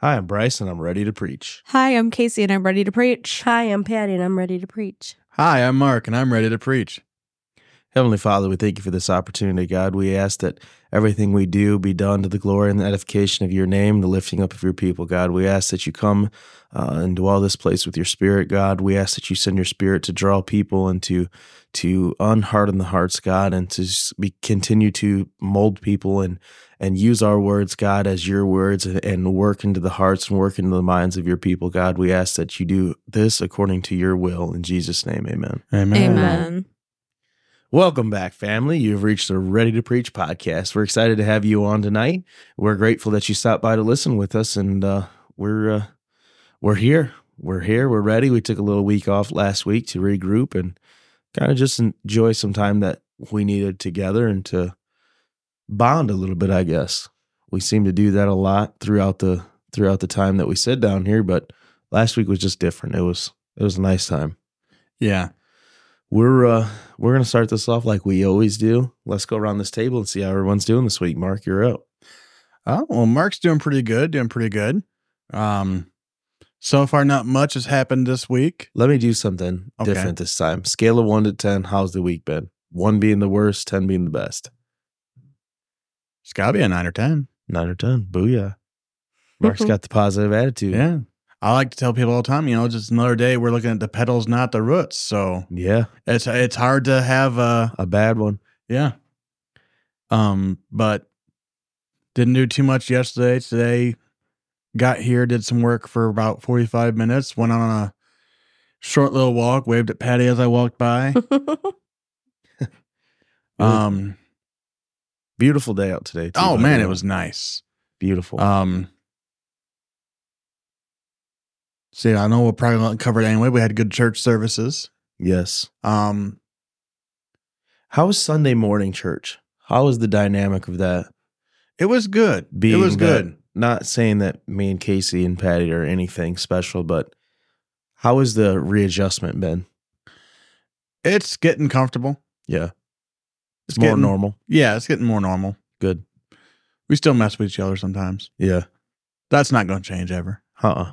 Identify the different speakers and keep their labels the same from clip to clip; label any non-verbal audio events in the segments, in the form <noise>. Speaker 1: Hi, I'm Bryce, and I'm ready to preach.
Speaker 2: Hi, I'm Casey and I'm ready to preach.
Speaker 3: Hi, I'm Patty and I'm ready to preach.
Speaker 4: Hi, I'm Mark, and I'm ready to preach.
Speaker 1: Heavenly Father, we thank you for this opportunity, God. We ask that everything we do be done to the glory and the edification of your name, the lifting up of your people, God. We ask that you come uh, and dwell this place with your spirit, God. We ask that you send your spirit to draw people and to to unharden the hearts, God, and to s- be, continue to mold people and and use our words, God, as your words and, and work into the hearts and work into the minds of your people, God. We ask that you do this according to your will. In Jesus' name, amen.
Speaker 4: Amen.
Speaker 2: Amen.
Speaker 1: Welcome back, family. You've reached the Ready to Preach podcast. We're excited to have you on tonight. We're grateful that you stopped by to listen with us, and uh, we're uh, we're here. We're here. We're ready. We took a little week off last week to regroup and kind of just enjoy some time that we needed together and to bond a little bit. I guess we seem to do that a lot throughout the throughout the time that we sit down here, but last week was just different. It was it was a nice time
Speaker 4: Yeah.
Speaker 1: we're uh we're gonna start this off like we always do. Let's go around this table and see how everyone's doing this week. Mark, you're up.
Speaker 4: Oh, well, Mark's doing pretty good, doing pretty good. Um, so far, not much has happened this week.
Speaker 1: Let me do something
Speaker 4: Okay.
Speaker 1: different this time. Scale of one to ten. How's the week been? One being the worst, ten being the best.
Speaker 4: It's got to be a nine or 10.
Speaker 1: Nine or ten. Booyah. Mark's got the positive attitude.
Speaker 4: Mm-hmm. Yeah. I like to tell people all the time, you know, just another day we're looking at the petals, not the roots. So
Speaker 1: Yeah,
Speaker 4: it's it's hard to have a
Speaker 1: a bad one.
Speaker 4: yeah. Um, but didn't do too much yesterday. Today, got here, did some work for about forty five minutes. Went on a short little walk, waved at Patty as I
Speaker 3: <laughs>
Speaker 4: walked by. Um,
Speaker 1: Beautiful day out today. too,
Speaker 4: oh
Speaker 1: by
Speaker 4: man,
Speaker 1: the
Speaker 4: it
Speaker 1: way.
Speaker 4: was nice.
Speaker 1: beautiful.
Speaker 4: Um, see, I know we'll probably not cover it anyway. We had good church services.
Speaker 1: yes.
Speaker 4: Um,
Speaker 1: How was Sunday morning church? How was the dynamic of that?
Speaker 4: it was good.
Speaker 1: being
Speaker 4: it was
Speaker 1: that-
Speaker 4: good.
Speaker 1: Not saying that me and Casey and Patty are anything special, but how has the readjustment been?
Speaker 4: It's getting comfortable.
Speaker 1: Yeah, it's more
Speaker 4: getting-
Speaker 1: normal.
Speaker 4: Yeah, it's getting more normal.
Speaker 1: Good.
Speaker 4: We still mess with each other sometimes.
Speaker 1: Yeah.
Speaker 4: That's not going to change ever.
Speaker 1: Uh. uh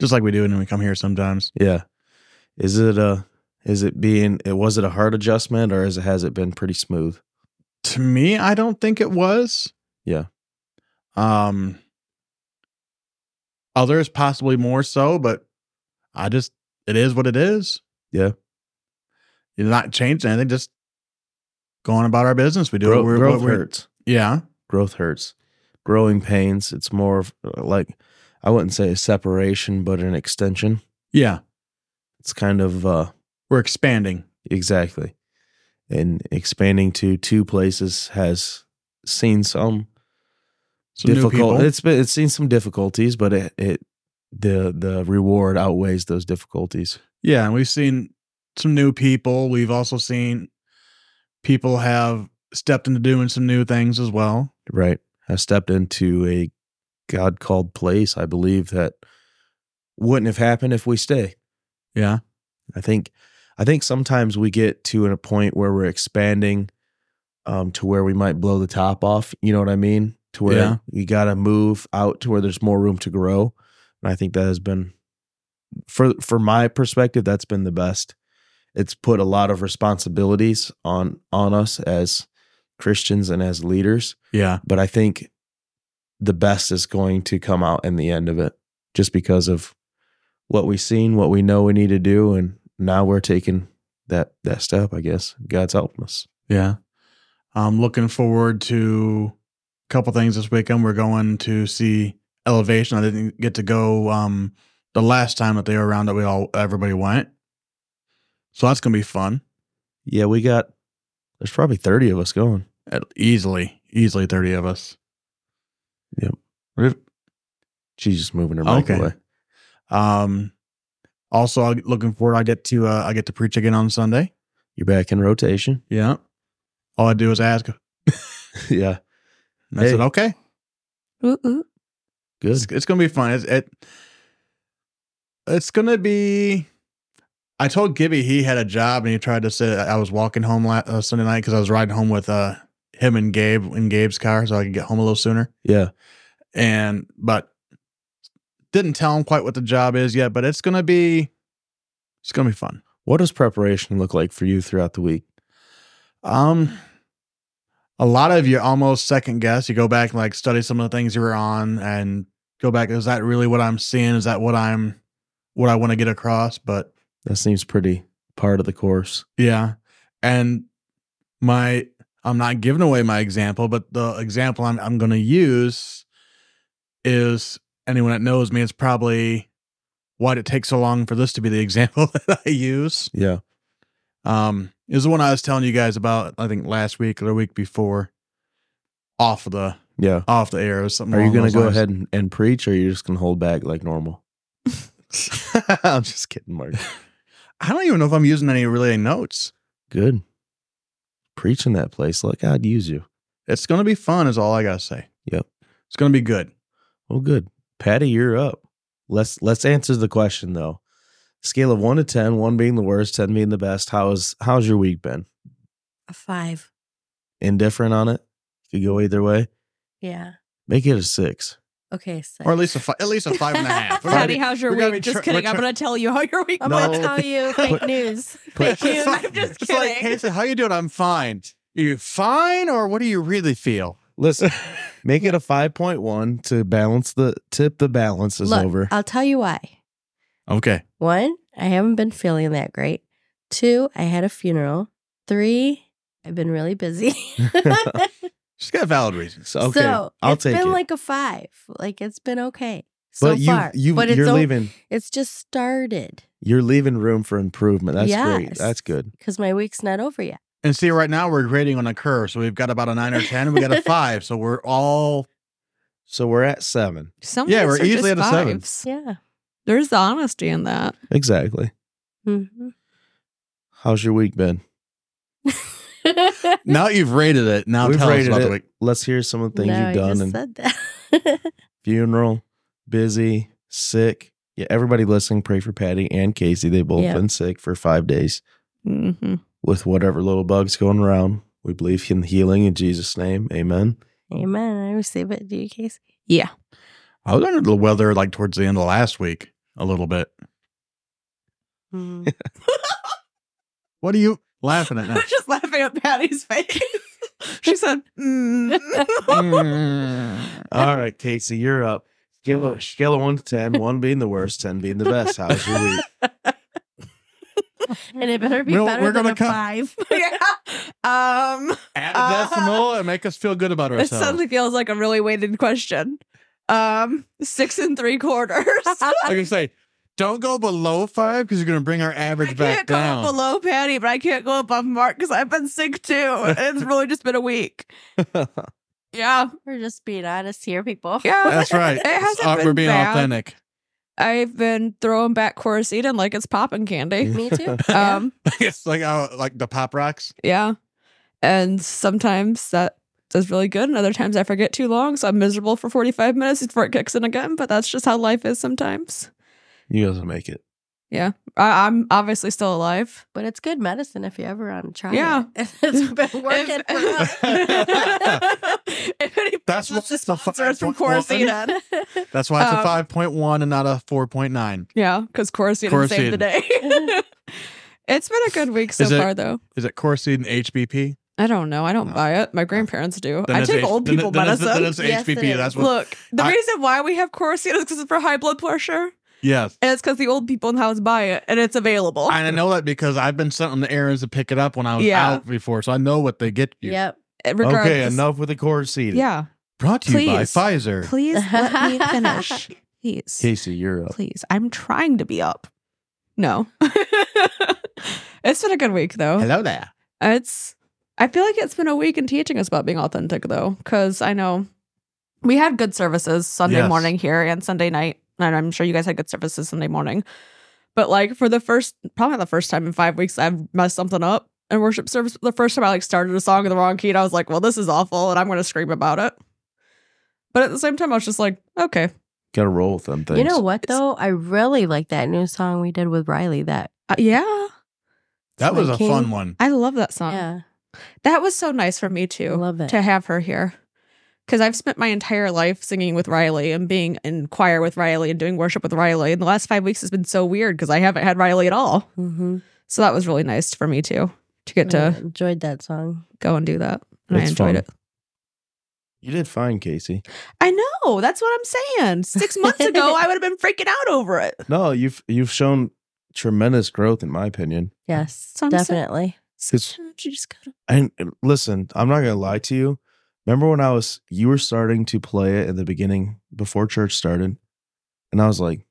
Speaker 4: Just like we do when we come here sometimes.
Speaker 1: Yeah. Is it a? Is it being? It was it a hard adjustment or is it has it been pretty smooth?
Speaker 4: To me, I don't think it was.
Speaker 1: Yeah.
Speaker 4: Um. Others possibly more so, but I just it is what it is.
Speaker 1: Yeah.
Speaker 4: You're not changing anything. Just going about our business. We do
Speaker 1: Grow-
Speaker 4: it. We're,
Speaker 1: growth
Speaker 4: we're-
Speaker 1: hurts.
Speaker 4: Yeah.
Speaker 1: growth hurts growing pains it's more of uh, like i wouldn't say a separation but an extension
Speaker 4: Yeah.
Speaker 1: it's kind of uh
Speaker 4: We're expanding.
Speaker 1: exactly and expanding to two places has seen some
Speaker 4: Some new
Speaker 1: difficult
Speaker 4: people.
Speaker 1: it's been it's seen some difficulties but it, it the the reward outweighs those difficulties
Speaker 4: Yeah, and we've seen some new people. We've also seen people have stepped into doing some new things as well.
Speaker 1: right i stepped into a god called place i believe that wouldn't have happened if we stay
Speaker 4: Yeah.
Speaker 1: I think I think sometimes we get to a point where we're expanding um to where we might blow the top off, you know what I mean? To where
Speaker 4: Yeah.
Speaker 1: we got to move out to where there's more room to grow. And I think that has been for for my perspective that's been the best. It's put a lot of responsibilities on on us as Christians and as leaders,
Speaker 4: Yeah.
Speaker 1: but I think the best is going to come out in the end of it just because of what we've seen, what we know we need to do, and now we're taking that that step, I guess. God's helping us.
Speaker 4: Yeah. I'm looking forward to a couple things this weekend. We're going to see Elevation. I didn't get to go um the last time that they were around that we all everybody went. So that's going to be fun.
Speaker 1: Yeah, we got there's probably 30 of us going.
Speaker 4: At easily, easily 30 of us.
Speaker 1: Yep.
Speaker 4: We've-
Speaker 1: She's just moving her mic
Speaker 4: Okay.
Speaker 1: away.
Speaker 4: Um, also, I'm looking forward. I get to uh, I get to preach again on Sunday.
Speaker 1: You're back in rotation.
Speaker 4: Yeah. All I do is ask. And
Speaker 1: yeah.
Speaker 4: I
Speaker 1: Hey.
Speaker 4: said, okay,
Speaker 2: Ooh, ooh.
Speaker 1: Good.
Speaker 4: it's, it's gonna be fun. It's, it it's gonna be. I told Gibby he had a job and he tried to say I was walking home la- uh, Sunday night because I was riding home with uh him and Gabe in Gabe's car so I could get home a little sooner.
Speaker 1: Yeah.
Speaker 4: And but Didn't tell him quite what the job is yet, but it's gonna be it's gonna be fun.
Speaker 1: What does preparation look like for you throughout the week?
Speaker 4: Um, a lot of you almost second guess. You go back and like study some of the things you were on, and go back. Is that really what I'm seeing? Is that what I'm what I want to get across? But
Speaker 1: That seems pretty part of the course.
Speaker 4: yeah, and my I'm not giving away my example, but the example I'm I'm going to use is anyone that knows me. It's probably why did it take so long for this to be the <laughs> example that I use.
Speaker 1: Yeah.
Speaker 4: um is the one I was telling you guys about I think last week or the week before off of the
Speaker 1: Yeah.
Speaker 4: off the air or something.
Speaker 1: Are you
Speaker 4: along
Speaker 1: going to
Speaker 4: those
Speaker 1: go
Speaker 4: lines.
Speaker 1: ahead and, and preach or are you just going to hold back like
Speaker 3: <laughs>
Speaker 1: normal? I'm just kidding, Mark.
Speaker 4: I don't even know if I'm using any really notes.
Speaker 1: Good. Preach in that place. Let God use you.
Speaker 4: It's gonna be fun is all I gotta say.
Speaker 1: Yep.
Speaker 4: It's gonna be good.
Speaker 1: Oh, good. Patty, you're up. Let's let's answer the question though. Scale of one to ten, one being the worst, ten being the best. How is how's your week been?
Speaker 3: A five.
Speaker 1: Indifferent on it. Could go either way.
Speaker 3: Yeah.
Speaker 1: Make it a six.
Speaker 3: Okay. Six.
Speaker 4: Or at least a fi- at least a five and
Speaker 2: <laughs>
Speaker 4: a half. We're gonna
Speaker 2: Patty,
Speaker 4: be-
Speaker 2: how's your
Speaker 4: we gotta
Speaker 2: week?
Speaker 4: be
Speaker 2: Just
Speaker 4: tr-
Speaker 2: kidding.
Speaker 4: we're
Speaker 2: I'm
Speaker 4: tr-
Speaker 2: going to tell you how your week
Speaker 3: I'm
Speaker 1: No.
Speaker 3: going
Speaker 2: was.
Speaker 3: to
Speaker 1: <laughs>
Speaker 3: tell you
Speaker 1: Put-
Speaker 3: fake news.
Speaker 1: Put-
Speaker 3: <laughs> Thank you.
Speaker 4: <laughs> It's
Speaker 2: I'm
Speaker 4: like-
Speaker 2: just
Speaker 4: it's like,
Speaker 2: kidding.
Speaker 4: hey, so how you doing? I'm fine. Are you fine or what do you
Speaker 1: <laughs>
Speaker 4: really feel?
Speaker 1: Listen, make it a five point one to balance the tip. The balance is
Speaker 3: Look, uh,
Speaker 1: over.
Speaker 3: I'll tell you why.
Speaker 4: Okay.
Speaker 3: One, I haven't been feeling that great. Two, I had a funeral. Three, I've been
Speaker 1: <laughs>
Speaker 3: really busy. <laughs>
Speaker 4: She's got valid reasons.
Speaker 1: so okay,
Speaker 3: so
Speaker 1: I'll
Speaker 3: it's
Speaker 1: take
Speaker 3: been
Speaker 1: it.
Speaker 3: like a five. Like it's been okay so
Speaker 1: but you
Speaker 3: far.
Speaker 1: you
Speaker 3: but it's
Speaker 1: you're
Speaker 3: o-
Speaker 1: leaving
Speaker 3: It's just started
Speaker 1: you're leaving room for improvement. That's great.
Speaker 3: Yes.
Speaker 1: That's good.
Speaker 3: because my week's not over yet.
Speaker 4: And see, right now we're grading on a curve. So we've got about a nine or ten, we got
Speaker 2: <laughs>
Speaker 4: a five. So we're all
Speaker 1: So we're at seven.
Speaker 2: Some
Speaker 4: Yeah,
Speaker 2: days
Speaker 4: we're
Speaker 2: are just
Speaker 4: easily at a seven.
Speaker 2: fives.
Speaker 3: Yeah.
Speaker 2: There's the honesty in that.
Speaker 1: Exactly.
Speaker 3: Mhm.
Speaker 1: How's your week been?
Speaker 4: now you've rated it. Now
Speaker 1: We've
Speaker 4: tell us
Speaker 1: rated
Speaker 4: about
Speaker 1: it.
Speaker 4: the week.
Speaker 1: Let's hear some of the <laughs> things
Speaker 3: No,
Speaker 1: you've done
Speaker 3: I just
Speaker 1: and
Speaker 3: said that. <laughs>
Speaker 1: funeral, busy, sick. Yeah, everybody listening, pray for Patty and Casey. They've both
Speaker 3: Yeah.
Speaker 1: been sick for five days
Speaker 2: Mm-hmm.
Speaker 1: with whatever little bugs going around. We believe in healing in Jesus' name.
Speaker 3: <laughs>
Speaker 1: Amen.
Speaker 3: Amen. I receive it. Do you, Casey?
Speaker 2: Yeah.
Speaker 4: I was under the weather like towards the end of last week a little bit.
Speaker 3: Mm-hmm.
Speaker 4: What are you laughing
Speaker 2: <laughs>
Speaker 4: at
Speaker 2: I'm just laughing at Patty's
Speaker 4: <laughs>
Speaker 2: face. she <laughs> said, <laughs> mm.
Speaker 4: now?
Speaker 1: All right, Casey, you're up. Give a scale of one to ten, one being the worst, ten being the best. How's your week?
Speaker 3: and it better be
Speaker 4: We'll-
Speaker 3: better
Speaker 4: we're
Speaker 3: than
Speaker 4: gonna
Speaker 3: a
Speaker 4: come- <laughs>
Speaker 3: five. <laughs>
Speaker 2: yeah. Um,
Speaker 4: Add
Speaker 2: Uh,
Speaker 4: a decimal and make us feel good about
Speaker 2: <laughs> It
Speaker 4: ourselves.
Speaker 2: suddenly feels like a really weighted question. Um, six and three
Speaker 4: <laughs>
Speaker 2: quarters. I
Speaker 4: like I say, don't go below five because you're going to bring our average
Speaker 2: can't
Speaker 4: back
Speaker 2: go
Speaker 4: down.
Speaker 2: up below Patty, but I can't go above Mark because I've been sick too. It's really just been a week. Yeah,
Speaker 3: We're just being honest here, people.
Speaker 2: yeah.
Speaker 4: <laughs> That's right.
Speaker 2: It hasn't
Speaker 4: Uh, we're
Speaker 2: been
Speaker 4: being
Speaker 2: bad.
Speaker 4: authentic. <laughs>
Speaker 2: I've been throwing back Corsita like it's popping candy.
Speaker 3: Me
Speaker 4: <laughs>
Speaker 3: too. Um,
Speaker 2: Um,
Speaker 4: it's like uh, like the pop rocks.
Speaker 2: yeah, and sometimes that does really good, and other times I forget too long, so I'm miserable for 45 minutes before it kicks in again. But that's just how life is sometimes.
Speaker 1: You guys will make it.
Speaker 2: I- I'm obviously still alive.
Speaker 3: but it's good medicine if you ever on try.
Speaker 2: Yeah.
Speaker 3: it. <laughs>
Speaker 2: <laughs>
Speaker 3: it's been working. for us. <laughs>
Speaker 2: if any
Speaker 4: That's what
Speaker 2: business
Speaker 4: the
Speaker 2: sponsors from
Speaker 4: five point
Speaker 2: Corsina.
Speaker 4: That's why it's a
Speaker 2: Um,
Speaker 4: five point one and not a four point nine.
Speaker 2: yeah, because Corsina saved the
Speaker 4: Corsina.
Speaker 2: day. <laughs> it's been a good week so
Speaker 4: Is it-
Speaker 2: far, though.
Speaker 4: Is it Corsi and HBP?
Speaker 2: I don't know. I don't
Speaker 4: No.
Speaker 2: buy it. My grandparents do.
Speaker 4: Then
Speaker 2: I
Speaker 4: it's
Speaker 2: take
Speaker 4: H-
Speaker 2: old
Speaker 4: then it-
Speaker 2: people
Speaker 4: then it's-
Speaker 2: medicine.
Speaker 4: Then
Speaker 3: Yes,
Speaker 4: it's HBP.
Speaker 3: it is.
Speaker 4: That's what.
Speaker 2: Look, the
Speaker 4: I-
Speaker 2: reason why we have Corsina is because it's for high blood pressure,
Speaker 4: Yes.
Speaker 2: and it's because the old people in the house buy it, and it's available.
Speaker 4: And I know that because I've been sent on the errands to pick it up when I was
Speaker 2: Oh. Yeah.
Speaker 4: out before, so I know what they get you.
Speaker 3: <laughs> Yep.
Speaker 2: Eh, Regardless,
Speaker 1: Okay, enough with the chorus seat.
Speaker 2: Yeah,
Speaker 4: Brought to you by
Speaker 2: Please.
Speaker 4: Pfizer.
Speaker 2: please
Speaker 3: let me finish.
Speaker 2: please.
Speaker 1: Casey, you're up.
Speaker 2: please. I'm trying to be up. No. <laughs> it's been a good week though.
Speaker 4: Hello there.
Speaker 2: It's I feel like it's been a week in teaching us about being authentic though, because I know we had good services Sunday
Speaker 4: Yes.
Speaker 2: morning here and Sunday night. And I'm sure you guys had good services Sunday morning. But like for the first probably the first time in five weeks I've messed something up in worship service. The first time I like started a song in the wrong key and I was like, well, this is awful and I'm gonna scream about it. But at the same time, I was just like, okay.
Speaker 1: Gotta roll with them things.
Speaker 3: You know what
Speaker 2: It's-
Speaker 3: though? I really like that new song we did with Riley. That
Speaker 2: Uh, yeah.
Speaker 4: That was
Speaker 3: my
Speaker 4: a
Speaker 3: king.
Speaker 4: fun one.
Speaker 2: I love that song.
Speaker 3: yeah,
Speaker 2: That was so nice for me
Speaker 3: I
Speaker 2: too
Speaker 3: love it.
Speaker 2: to have her here because I've spent my entire life singing with Riley and being in choir with Riley and doing worship with Riley. And the last five weeks has been so weird because I haven't had Riley at all.
Speaker 3: Mm-hmm.
Speaker 2: So that was really nice for me too to get
Speaker 3: I
Speaker 2: to
Speaker 3: enjoyed that song.
Speaker 2: go and do that. And I
Speaker 1: It's fun.
Speaker 2: enjoyed it.
Speaker 1: You did fine, Casey.
Speaker 2: I know. That's what I'm saying. Six months <laughs> ago, I would have been freaking out over it.
Speaker 1: No, you've you've shown tremendous growth, in my opinion.
Speaker 3: Yes,
Speaker 2: So I'm so-
Speaker 3: definitely.
Speaker 1: It's-
Speaker 2: Sometimes you just gotta-
Speaker 1: And and listen, I'm not gonna lie to you. Remember when I was you were starting to play it in the beginning before church started, and I was like,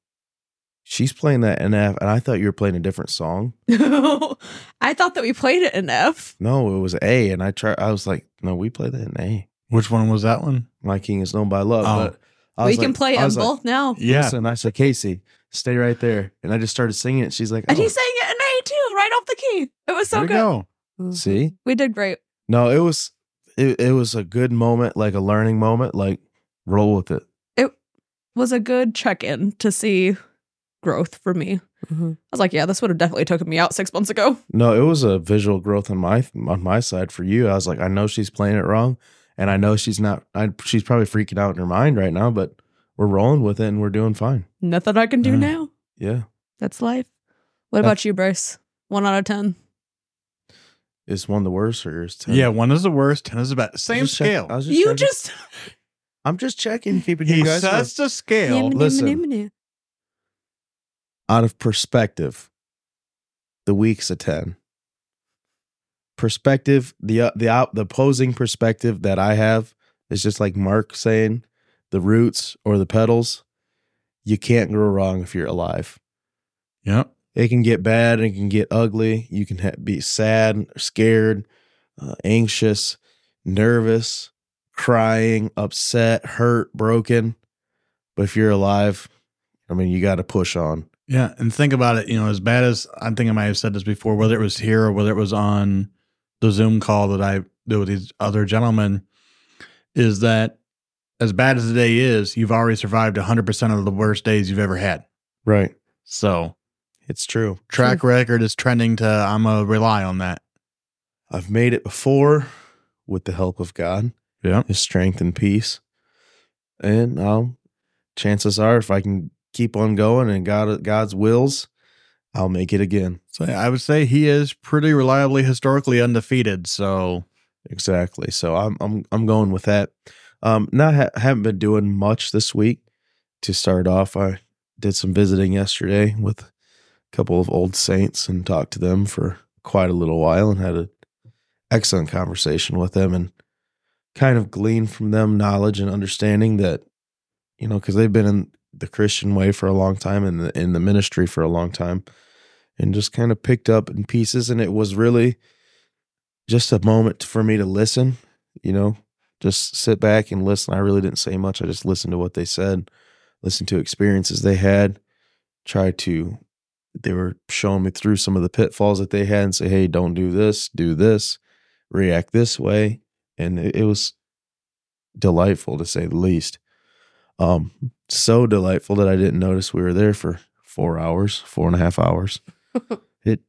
Speaker 1: "She's playing that NF," and I thought you were playing a different song.
Speaker 2: <laughs> I thought that we played it in F.
Speaker 1: No, it was A, and I try. I was like, "No, we play that in A."
Speaker 4: Which one was that one?
Speaker 1: My king is known by love.
Speaker 4: Oh.
Speaker 1: But I
Speaker 2: we
Speaker 1: was
Speaker 2: can
Speaker 1: like-
Speaker 2: play
Speaker 1: I
Speaker 2: them
Speaker 1: was like,
Speaker 2: both now.
Speaker 4: Yeah.
Speaker 1: Listen, I said, Casey, stay right there, and I just started singing it. She's like,
Speaker 2: And
Speaker 1: "Oh,
Speaker 2: he sang it in A too, right off the key. It was so
Speaker 4: Way
Speaker 2: good.
Speaker 4: to go.
Speaker 3: Mhm.
Speaker 1: see."
Speaker 2: We did great.
Speaker 1: No, it was it, it was a good moment, like a learning moment. Like roll with it.
Speaker 2: was a good check in to see growth for me.
Speaker 3: Mhm.
Speaker 2: I was like, yeah, this would have definitely taken me out six months ago. <laughs>
Speaker 1: No, it was a visual growth on my on my side for you. I was like, I know she's playing it wrong, and I know she's not. I, she's probably freaking out in her mind right now, but we're rolling with it and we're doing fine.
Speaker 2: Nothing I can do
Speaker 4: Mm.
Speaker 2: now.
Speaker 1: Yeah,
Speaker 2: That's life. What about you, Bryce? One out of ten.
Speaker 1: is one the worst or is ten?
Speaker 4: Yeah,
Speaker 1: I was
Speaker 4: one is the worst, ten is the best. Same
Speaker 1: just check- I
Speaker 4: scale.
Speaker 1: was just
Speaker 2: You
Speaker 1: checking-
Speaker 2: just
Speaker 1: I'm just checking, keeping
Speaker 4: He
Speaker 1: you guys
Speaker 4: sets the scale.
Speaker 1: Listen. out of perspective. The week's a ten. Perspective, the uh, the op- the opposing perspective that I have is just like Mark saying, the roots or the petals. You can't go wrong if you're alive.
Speaker 4: Yep.
Speaker 1: It can get bad. It can get ugly. You can ha- be sad, scared, uh, anxious, nervous, crying, upset, hurt, broken. But if you're alive, I mean, you got to push on.
Speaker 4: Yeah, and think about it. You know, as bad as I think I might have said this before, whether it was here or whether it was on the Zoom call that I did with these other gentlemen, is that as bad as the day is, you've already survived 100% of the worst days you've ever had.
Speaker 1: Right.
Speaker 4: So
Speaker 1: It's true.
Speaker 4: track record is trending to I'm going to rely on that.
Speaker 1: I've made it before with the help of God,
Speaker 4: Yeah.
Speaker 1: His strength and peace. And I'll, chances are, if I can keep on going and God, God's wills, I'll make it again.
Speaker 4: So I would say he is pretty reliably historically undefeated. So
Speaker 1: Exactly. So I'm I'm I'm going with that. Um, not ha- haven't been doing much this week. To start off, I did some visiting yesterday with a couple of old saints and talked to them for quite a little while and had an excellent conversation with them and kind of gleaned from them knowledge and understanding that you know because they've been in the Christian way for a long time and the, in the ministry for a long time and just kind of picked up in pieces and it was really just a moment for me to listen, you know, just sit back and listen. I really didn't say much. I just listened to what they said, listened to experiences they had, tried to, they were showing me through some of the pitfalls that they had and say, hey, don't do this, do this, react this way. And it, it was delightful to say the least. Um, so delightful that I didn't notice we were there for four hours, four and a half hours. it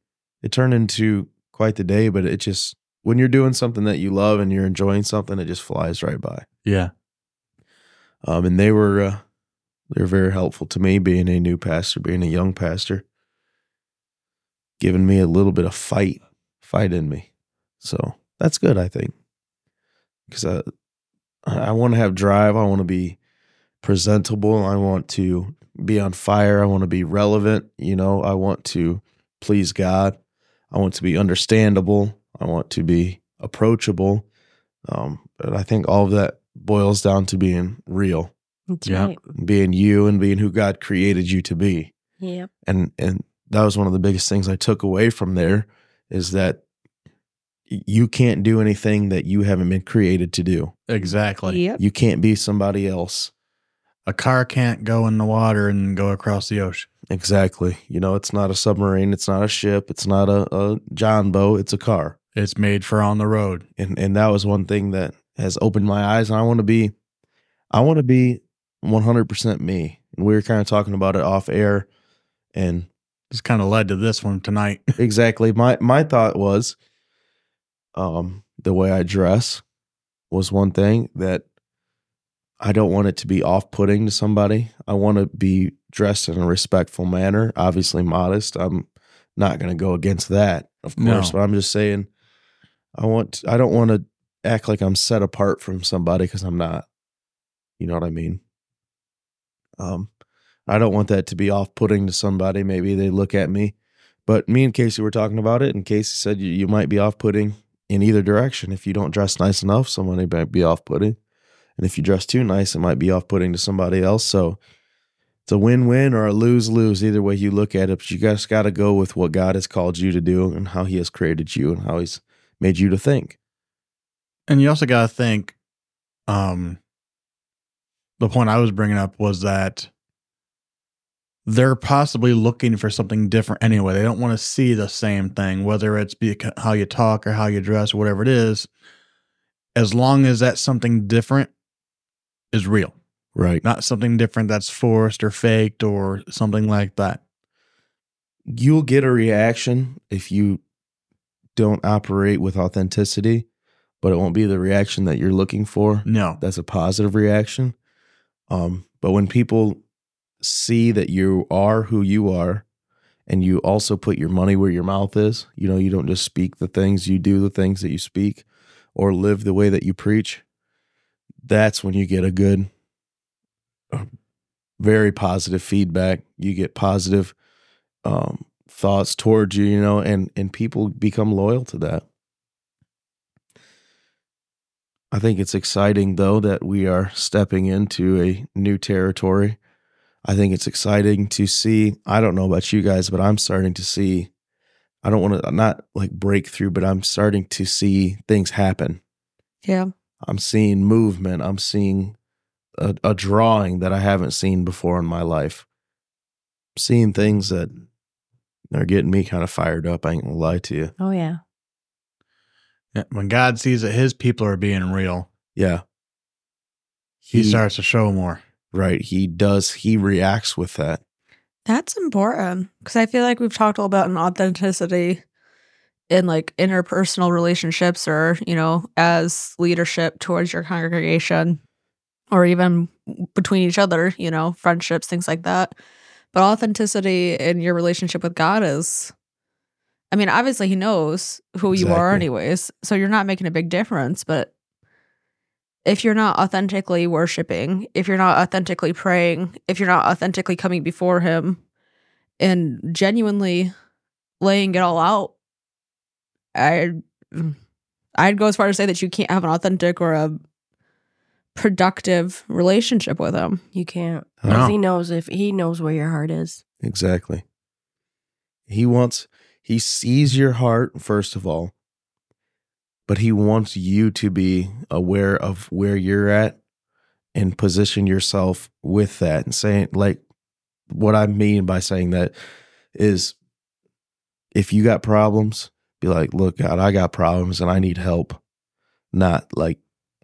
Speaker 1: it turned into quite the day, but it just when you're doing something that you love and you're enjoying something, it just flies right by.
Speaker 4: yeah,
Speaker 1: Um, and they were uh, they were very helpful to me, being a new pastor, being a young pastor, giving me a little bit of fight, fight in me. So that's good, I think, because I I want to have drive. I want to be presentable. I want to be on fire. I want to be relevant. You know, I want to please God. I want to be understandable. I want to be approachable. Um, but I think all of that boils down to being real,
Speaker 3: That's
Speaker 4: Yeah.
Speaker 3: right.
Speaker 1: being you and being who God created you to be.
Speaker 3: Yep.
Speaker 1: And and that was one of the biggest things I took away from there is that y- you can't do anything that you haven't been created to do.
Speaker 4: exactly.
Speaker 2: Yep.
Speaker 1: You can't be somebody else.
Speaker 4: A car can't go in the water and go across the ocean.
Speaker 1: Exactly. You know, it's not a submarine, it's not a ship, it's not a, a John boat, it's a car.
Speaker 4: It's made for on the road.
Speaker 1: and and that was one thing that has opened my eyes and i want to be i want to be 100% me and we were kind of talking about it off air and
Speaker 4: This kind of led to this one tonight. <laughs>
Speaker 1: exactly my my thought was um the way i dress was one thing that I don't want it to be off putting to somebody. I want to be dressed in a respectful manner, obviously modest. I'm not going to go against that, of
Speaker 4: No.
Speaker 1: course, but I'm just saying I want I don't want to act like I'm set apart from somebody cuz I'm not. You know what I mean? Um I don't want that to be off putting to somebody. Maybe they look at me. But me and Casey were talking about it and Casey said you, you might be off putting in either direction if you don't dress nice enough, somebody might be off putting. And if you dress too nice, it might be off putting to somebody else. So it's a win win or a lose lose, either way you look at it. But you guys got to go with what God has called you to do and how He has created you and how He's made you to think.
Speaker 4: And you also got to think um the point I was bringing up was that they're possibly looking for something different anyway. They don't want to see the same thing, whether it's be how you talk or how you dress or whatever it is. As long as that something different is real,
Speaker 1: Right.
Speaker 4: not something different that's forced or faked or something like that.
Speaker 1: You'll get a reaction if you don't operate with authenticity, but it won't be the reaction that you're looking for.
Speaker 4: No.
Speaker 1: that's a positive reaction. Um, but when people see that you are who you are, and you also put your money where your mouth is, you know, you don't just speak the things, you do the things that you speak or live the way that you preach. That's when you get a good, uh, very positive feedback. You get positive um, thoughts towards you, you know, and and people become loyal to that. I think it's exciting though that we are stepping into a new territory. I think it's exciting to see. I don't know about you guys, but I'm starting to see. I don't want to not like breakthrough, but I'm starting to see things happen.
Speaker 2: Yeah.
Speaker 1: I'm seeing movement. I'm seeing a, a drawing that I haven't seen before in my life. Seeing things that are getting me kind of fired up. I ain't gonna lie to you.
Speaker 3: Oh yeah.
Speaker 4: Yeah, When God sees that his people are being real,
Speaker 1: Yeah.
Speaker 4: he starts to show more.
Speaker 1: right. He does. He reacts with that.
Speaker 2: That's important because I feel like we've talked a little about an authenticity in like interpersonal relationships or, you know, as leadership towards your congregation or even between each other, you know, friendships, things like that. But authenticity in your relationship with God is, I mean, obviously He knows who you are,
Speaker 1: Exactly.
Speaker 2: anyways. So you're not making a big difference. But if you're not authentically worshiping, if you're not authentically praying, if you're not authentically coming before Him and genuinely laying it all out, I. I'd go as far to say that you can't have an authentic or a productive relationship with him.
Speaker 3: You can't.
Speaker 1: No.
Speaker 3: 'Cause He knows if he knows where your heart is.
Speaker 1: Exactly. He wants, he sees your heart, first of all, but he wants you to be aware of where you're at and position yourself with that. And saying, like, what I mean by saying that is if you got problems, be like, look, God, I got problems and I need help. Not like,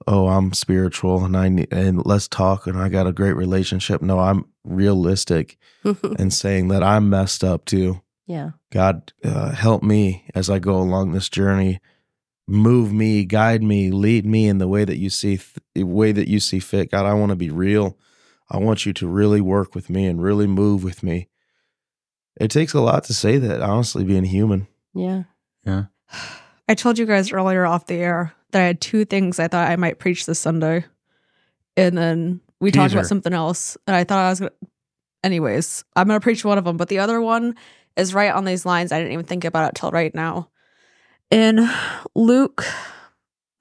Speaker 1: oh, I'm spiritual and I need, and let's talk and I got a great relationship. No, I'm realistic and saying that I'm messed up too.
Speaker 4: <laughs>
Speaker 3: yeah.
Speaker 1: God, uh, help me as I go along this journey. Move me, guide me, lead me in the way that you see, th- the way that you see fit. God, I want to be real. I want you to really work with me and really move with me. It takes a lot to say that, honestly, being human.
Speaker 3: Yeah.
Speaker 2: I told you guys earlier off the air that I had two things I thought I might preach this Sunday. And then we talked about
Speaker 4: Teaser.
Speaker 2: something else. And I thought I was going to, anyways, I'm going to preach one of them. But the other one is right on these lines. I didn't even think about it till right now. In Luke,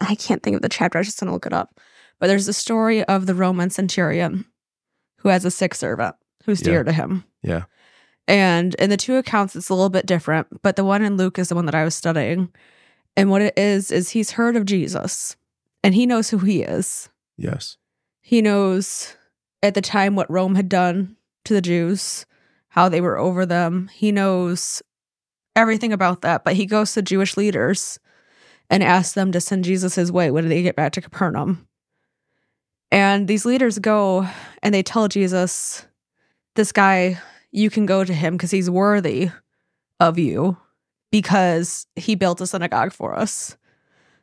Speaker 2: I can't think of the chapter. I was just going to look it up. But there's the story of the Roman centurion who has a sick servant who's
Speaker 1: Yeah.
Speaker 2: dear to him.
Speaker 1: Yeah.
Speaker 2: And in the two accounts, it's a little bit different. But the one in Luke is the one that I was studying. And what it is, is he's heard of Jesus and he knows who he is.
Speaker 1: Yes.
Speaker 2: He knows at the time what Rome had done to the Jews, how they were over them. He knows everything about that. But he goes to Jewish leaders and asks them to send Jesus his way when they get back to Capernaum. And these leaders go and they tell Jesus, This guy, you can go to him because he's worthy of you because he built a synagogue for us.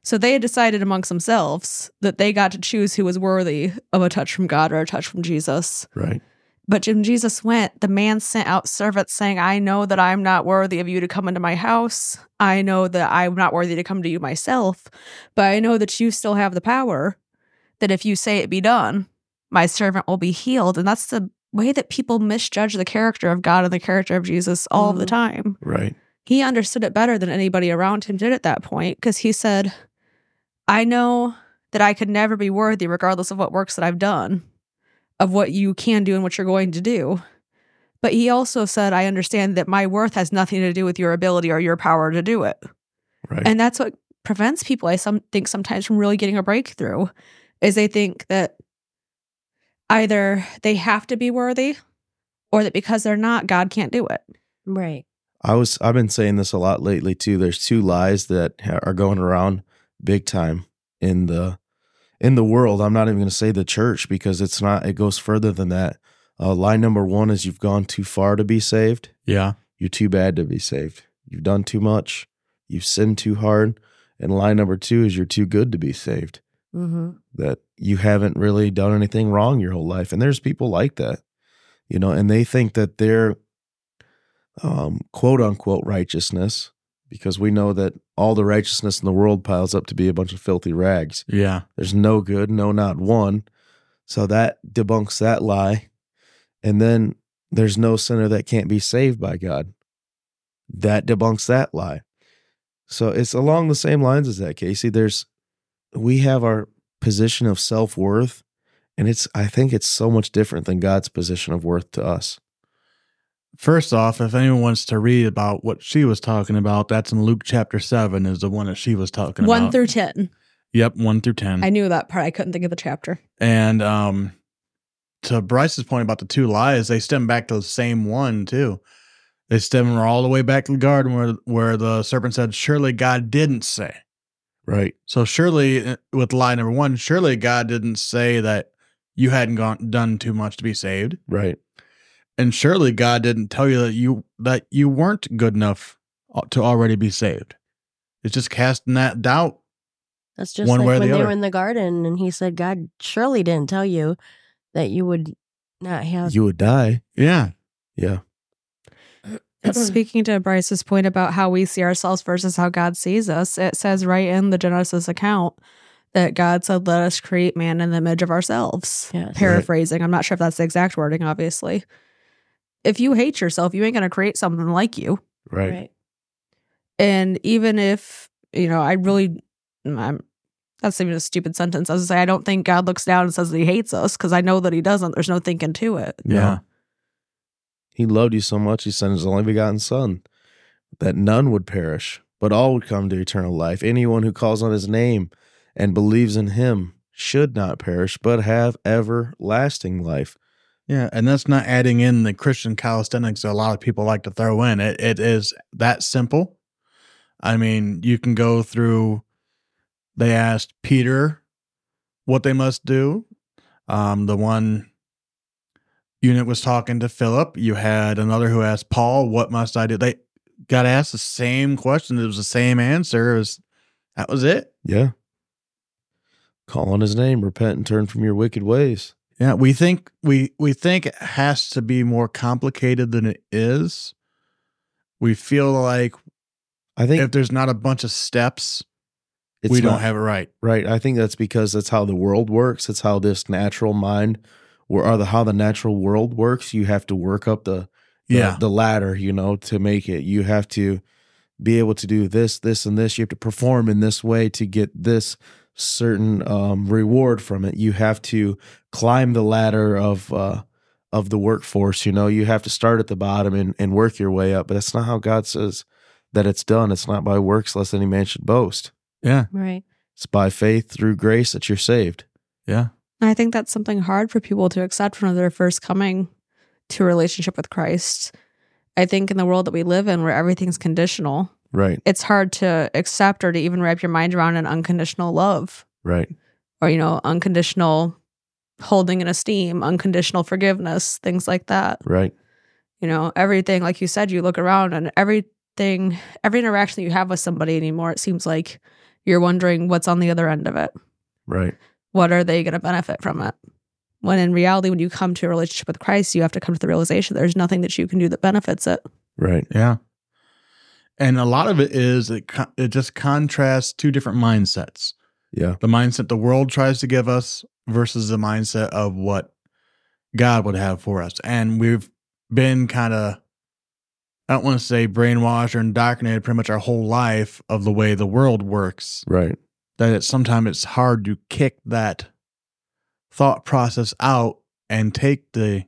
Speaker 2: So they had decided amongst themselves that they got to choose who was worthy of a touch from God or a touch from Jesus.
Speaker 1: Right.
Speaker 2: But when Jesus went, the man sent out servants saying, I know that I'm not worthy of you to come into my house. I know that I'm not worthy to come to you myself, but I know that you still have the power that if you say it be done, my servant will be healed. And that's the way that people misjudge the character of God and the character of Jesus all of the
Speaker 3: Mhm.
Speaker 2: time
Speaker 1: Right.
Speaker 2: he understood it better than anybody around him did at that point because he said, I know that I could never be worthy, regardless of what works that I've done, of what you can do and what you're going to do. But he also said, I understand that my worth has nothing to do with your ability or your power to do it.
Speaker 1: Right.
Speaker 2: And that's what prevents people, I some think sometimes from really getting a breakthrough, is they think that either they have to be worthy or that because they're not, God can't do it.
Speaker 3: Right.
Speaker 1: I was I've been saying this a lot lately too. There's two lies that are going around big time in the in the world. I'm not even going to say the church because it's not it goes further than that. Uh, lie number 1 is you've gone too far to be saved.
Speaker 4: Yeah.
Speaker 1: You're too bad to be saved. You've done too much. You've sinned too hard. And lie number 2 is you're too good to be saved.
Speaker 3: Mm-hmm.
Speaker 1: that you haven't really done anything wrong your whole life. And there's people like that, you know, and they think that their um, quote unquote righteousness, because we know that all the righteousness in the world piles up to be a bunch of filthy rags.
Speaker 4: Yeah.
Speaker 1: There's no good, no, not one. So that debunks that lie. And then there's no sinner that can't be saved by God. That debunks that lie. So it's along the same lines as that, Casey. There's, we have our position of self worth, and it's, I think it's so much different than God's position of worth to us.
Speaker 4: First off, if anyone wants to read about what she was talking about, that's in Luke chapter 7 is the one that she was talking about.
Speaker 2: One through 10.
Speaker 4: Yep, 1 through 10.
Speaker 2: I knew that part. I couldn't think of the chapter.
Speaker 4: And um to Bryce's point about the two lies, they stem back to the same one too. They stem all the way back to the garden where where the serpent said, "Surely God didn't say."
Speaker 1: Right.
Speaker 4: So surely uh, with lie number 1, surely God didn't say that you hadn't gone done too much to be saved.
Speaker 1: Right.
Speaker 4: And surely God didn't tell you that you that you weren't good enough al- to already be saved. It's just casting that doubt.
Speaker 3: That's just
Speaker 4: One
Speaker 3: like
Speaker 4: way or
Speaker 3: when
Speaker 4: the
Speaker 3: they
Speaker 4: other.
Speaker 3: were in the garden and he said, God surely didn't tell you that you would not have.
Speaker 1: You would die.
Speaker 4: Yeah.
Speaker 1: Yeah.
Speaker 2: <clears throat> Speaking to Bryce's point about how we see ourselves versus how God sees us, it says right in the Genesis account that God said, Let us create man in the image of ourselves.
Speaker 3: Yes.
Speaker 2: Paraphrasing. I'm not sure if that's the exact wording, obviously. If you hate yourself, you ain't going to create something like you.
Speaker 1: Right.
Speaker 3: Right.
Speaker 2: And even if, you know, I really, mm, I'm, that's even a stupid sentence. I was gonna say, I don't think God looks down and says that he hates us because I know that he doesn't. There's no thinking to it.
Speaker 1: No.
Speaker 4: Yeah.
Speaker 1: He loved you so much, he sent his only begotten Son, that none would perish, but all would come to eternal life. Anyone who calls on his name and believes in him should not perish, but have everlasting life.
Speaker 4: Yeah, and that's not adding in the Christian calisthenics that a lot of people like to throw in. It it is that simple. I mean, you can go through. They asked Peter what they must do. Um, the one unit was talking to Philip. You had another who asked Paul, "What must I do?" They got asked the same question. It was the same answer. It was that was it.
Speaker 1: Yeah. Call on his name, repent and turn from your wicked ways.
Speaker 4: Yeah, we think we we think it has to be more complicated than it is. We feel like
Speaker 1: I think
Speaker 4: if there's not a bunch of steps,
Speaker 1: it's
Speaker 4: we don't
Speaker 1: not-
Speaker 4: have it right.
Speaker 1: right. I think that's because that's how the world works. It's how this natural mind or or the how the natural world works. You have to work up the the,
Speaker 4: Yeah.
Speaker 1: the ladder, you know, to make it. You have to be able to do this, this, and this. You have to perform in this way to get this certain um, reward from it. You have to climb the ladder of uh, of the workforce. You know, you have to start at the bottom and, and work your way up. But that's not how God says that it's done. It's not by works, lest any man should boast.
Speaker 3: Right.
Speaker 1: It's by faith through grace that you're saved.
Speaker 4: Yeah.
Speaker 2: And I think that's something hard for people to accept when they're first coming to a relationship with Christ. I think in the world that we live in, where everything's conditional,
Speaker 1: Right.
Speaker 2: it's hard to accept or to even wrap your mind around an unconditional love
Speaker 1: Right.
Speaker 2: or, you know, unconditional holding and esteem, unconditional forgiveness, things like that.
Speaker 1: Right.
Speaker 2: You know, everything, like you said, you look around and everything, every interaction that you have with somebody anymore, it seems like you're wondering what's on the other end of it.
Speaker 1: Right.
Speaker 2: What are they going to benefit from it? When in reality, when you come to a relationship with Christ, you have to come to the realization there's nothing that you can do that benefits it.
Speaker 1: Right.
Speaker 4: Yeah. And a lot of it is it, co- it just contrasts two different mindsets
Speaker 1: Yeah.
Speaker 4: the mindset the world tries to give us versus the mindset of what God would have for us. And we've been kind of, I don't want to say brainwashed or indoctrinated pretty much our whole life of the way the world works,
Speaker 1: Right.
Speaker 4: that it's sometimes it's hard to kick that thought process out and take the,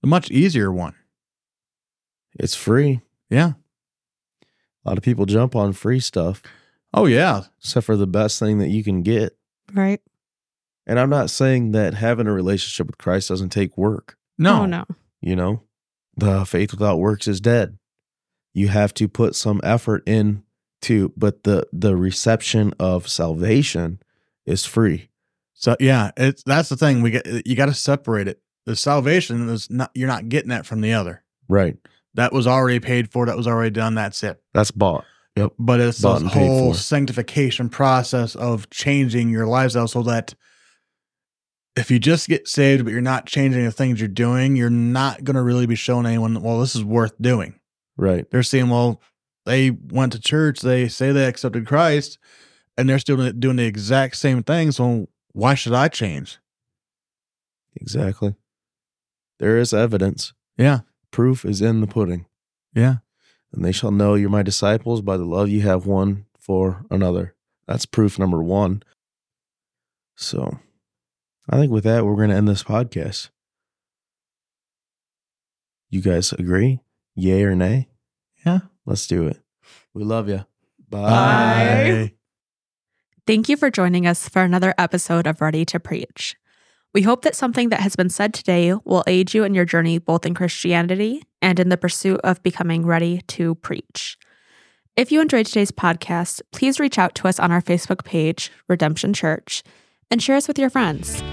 Speaker 4: the much easier one.
Speaker 1: It's free.
Speaker 4: Yeah.
Speaker 1: A lot of people jump on free stuff,
Speaker 4: Oh, yeah.
Speaker 1: except for the best thing that you can get.
Speaker 2: Right.
Speaker 1: And I'm not saying that having a relationship with Christ doesn't take work.
Speaker 4: No.
Speaker 2: Oh, no.
Speaker 1: you know the faith without works is dead you have to put some effort in to but the the reception of salvation is free
Speaker 4: So yeah, it's that's the thing. We get you got to separate it. The salvation is not you're not getting that from the other.
Speaker 1: right
Speaker 4: That was already paid for. That was already done. That's it.
Speaker 1: that's bought
Speaker 4: But it's
Speaker 1: Bought
Speaker 4: the
Speaker 1: and paid
Speaker 4: whole
Speaker 1: for.
Speaker 4: sanctification process of changing your lifestyle so that if you just get saved but you're not changing the things you're doing, you're not going to really be showing anyone. that, Well, this is worth doing.
Speaker 1: right
Speaker 4: They're saying, well, they went to church. They say they accepted Christ, and they're still doing the exact same thing. So why should I change?
Speaker 1: exactly there is evidence
Speaker 4: Yeah.
Speaker 1: proof is in the pudding
Speaker 4: Yeah.
Speaker 1: and they shall know you're my disciples by the love you have one for another that's proof number 1 so i think with that we're going to end this podcast you guys agree yay or nay
Speaker 4: Yeah.
Speaker 1: Let's do it. We love you.
Speaker 2: Bye. Thank you for joining us for another episode of Ready to Preach. We hope that something that has been said today will aid you in your journey both in Christianity and in the pursuit of becoming ready to preach. If you enjoyed today's podcast, please reach out to us on our Facebook page, Redemption Church, and share us with your friends.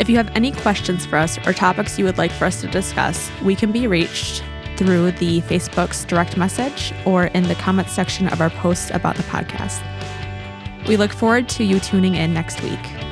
Speaker 2: If you have any questions for us or topics you would like for us to discuss, we can be reached through the Facebook's direct message or in the comments section of our posts about the podcast. We look forward to you tuning in next week.